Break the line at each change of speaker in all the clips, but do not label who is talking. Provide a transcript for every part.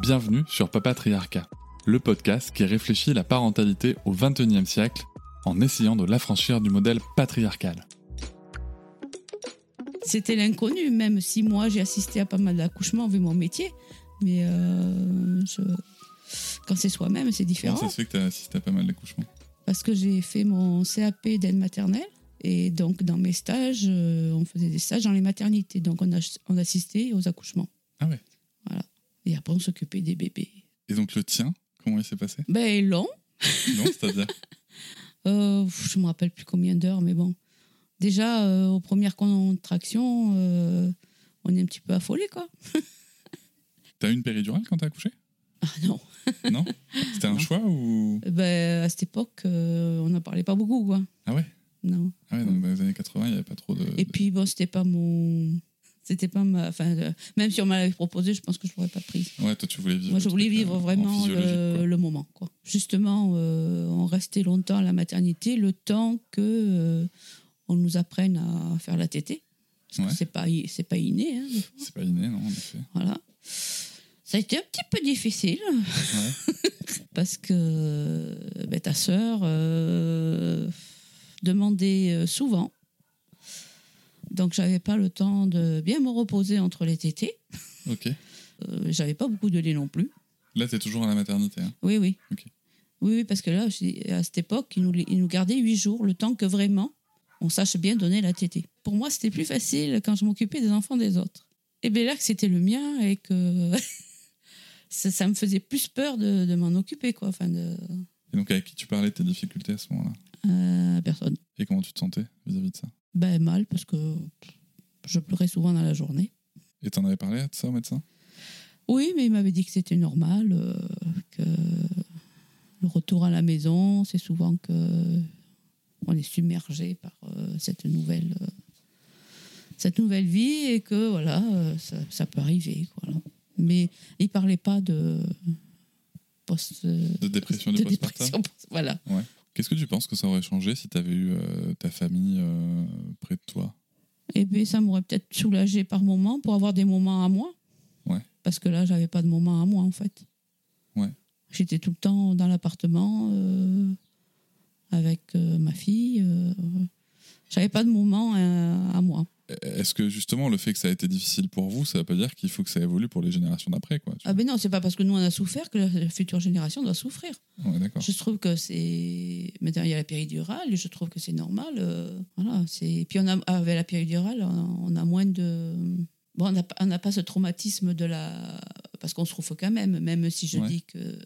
Bienvenue sur Papatriarcat, le podcast qui réfléchit la parentalité au XXIe siècle en essayant de l'affranchir du modèle patriarcal.
C'était l'inconnu, même si moi j'ai assisté à pas mal d'accouchements vu mon métier. Mais euh, je- quand c'est soi-même, c'est différent.
ça se fait que t'as assisté à pas mal d'accouchements
parce que j'ai fait mon CAP d'aide maternelle. Et donc, dans mes stages, euh, on faisait des stages dans les maternités. Donc, on, as- on assistait aux accouchements.
Ah ouais.
Voilà. Et après, on s'occupait des bébés.
Et donc le tien, comment il s'est passé
Ben, long.
Non, c'est-à-dire
Euh, pff, je me rappelle plus combien d'heures, mais bon. Déjà, euh, aux premières contractions, euh, on est un petit peu affolé, quoi.
T'as eu une péridurale quand t'as accouché
Ah non.
Non C'était un
Non.
choix ou
Ben, à cette époque, euh, on n'en parlait pas beaucoup, quoi.
Ah ouais
Non.
Ah ouais, donc dans les années 80, il n'y avait pas trop de...
Et puis bon, c'était pas mon, c'était pas ma, enfin, euh, même si on me l'avait proposé, je pense que je l'aurais pas prise.
Ouais, toi tu voulais vivre...
Moi, je
le
voulais
truc, euh,
vivre
en
vraiment
physiologique,
le,
quoi.
le moment, quoi. Justement, euh, on restait longtemps à la maternité, le temps que euh, on nous apprenne à faire la tétée. Parce que
Ouais.
c'est pas, i- c'est pas inné, hein,
C'est pas inné, non, en effet.
voilà. Ça a été un petit peu difficile
Ouais.
parce que euh, ben, ta sœur euh, demandait euh, souvent. Donc j'avais pas le temps de bien me reposer entre les tétés.
ok.
Euh, j'avais pas beaucoup de lait non plus.
Là, t'es toujours à la maternité. hein.
Oui, oui.
Ok.
Oui, oui, parce que là, je- à cette époque, ils nous, ils nous gardaient huit jours, le temps que vraiment on sache bien donner la tétée. Pour moi, c'était plus facile quand je m'occupais des enfants des autres. Et bien là, que c'était le mien et que ça, ça me faisait plus peur de, de m'en occuper, quoi. Enfin, de,
Et donc avec qui tu parlais de tes difficultés à ce moment-là
euh, personne.
Et comment tu te sentais vis-à-vis de ça
Ben, mal, parce que je pleurais souvent dans la journée.
Et t'en avais parlé de ça au médecin
Oui, mais il m'avait dit que c'était normal, euh, que le retour à la maison, c'est souvent que on est submergé par euh, cette nouvelle, euh, cette nouvelle vie et que voilà, euh, ça, ça peut arriver. quoi, Voilà. Mais il parlait pas de post,
De dépression, de,
de
postpartum
dépression post- voilà.
Qu'est-ce que tu penses que ça aurait changé si t'avais eu euh, ta famille euh, près de toi
Et puis ça m'aurait peut-être soulagé par moment pour avoir des moments à moi.
Ouais.
Parce que là, j'avais pas de moment à moi en fait.
Ouais.
J'étais tout le temps dans l'appartement euh, avec euh, ma fille. euh, j'avais pas de moment euh, à moi.
Est-ce que justement le fait que ça a été difficile pour vous, ça veut pas dire qu'il faut que ça évolue pour les générations d'après quoi tu
Ah ben non, c'est pas parce que nous on a souffert que la, la future génération doit souffrir.
vois Ouais, d'accord.
Je trouve que c'est maintenant il y a la péridurale et je trouve que c'est normal. euh, voilà, c'est et puis on a avec la péridurale on a, on a moins de bon on n'a pas- on n'a pas ce traumatisme de la parce qu'on se trouve quand même même si je
Ouais.
dis que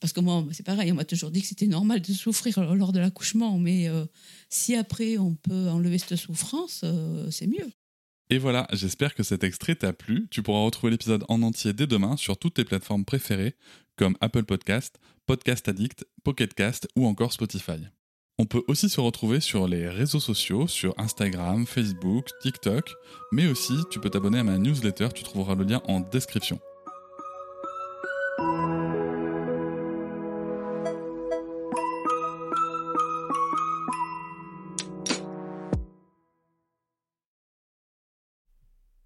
parce que moi c'est pareil on m'a toujours dit que c'était normal de souffrir lors de l'accouchement mais euh, si après on peut enlever cette souffrance euh, c'est mieux.
Et voilà, j'espère que cet extrait t'a plu. Tu pourras retrouver l'épisode en entier dès demain sur toutes tes plateformes préférées, comme Apple Podcast, Podcast Addict, Pocket Cast ou encore Spotify. On peut aussi se retrouver sur les réseaux sociaux, sur Instagram, Facebook, TikTok, mais aussi tu peux t'abonner à ma newsletter, tu trouveras le lien en description.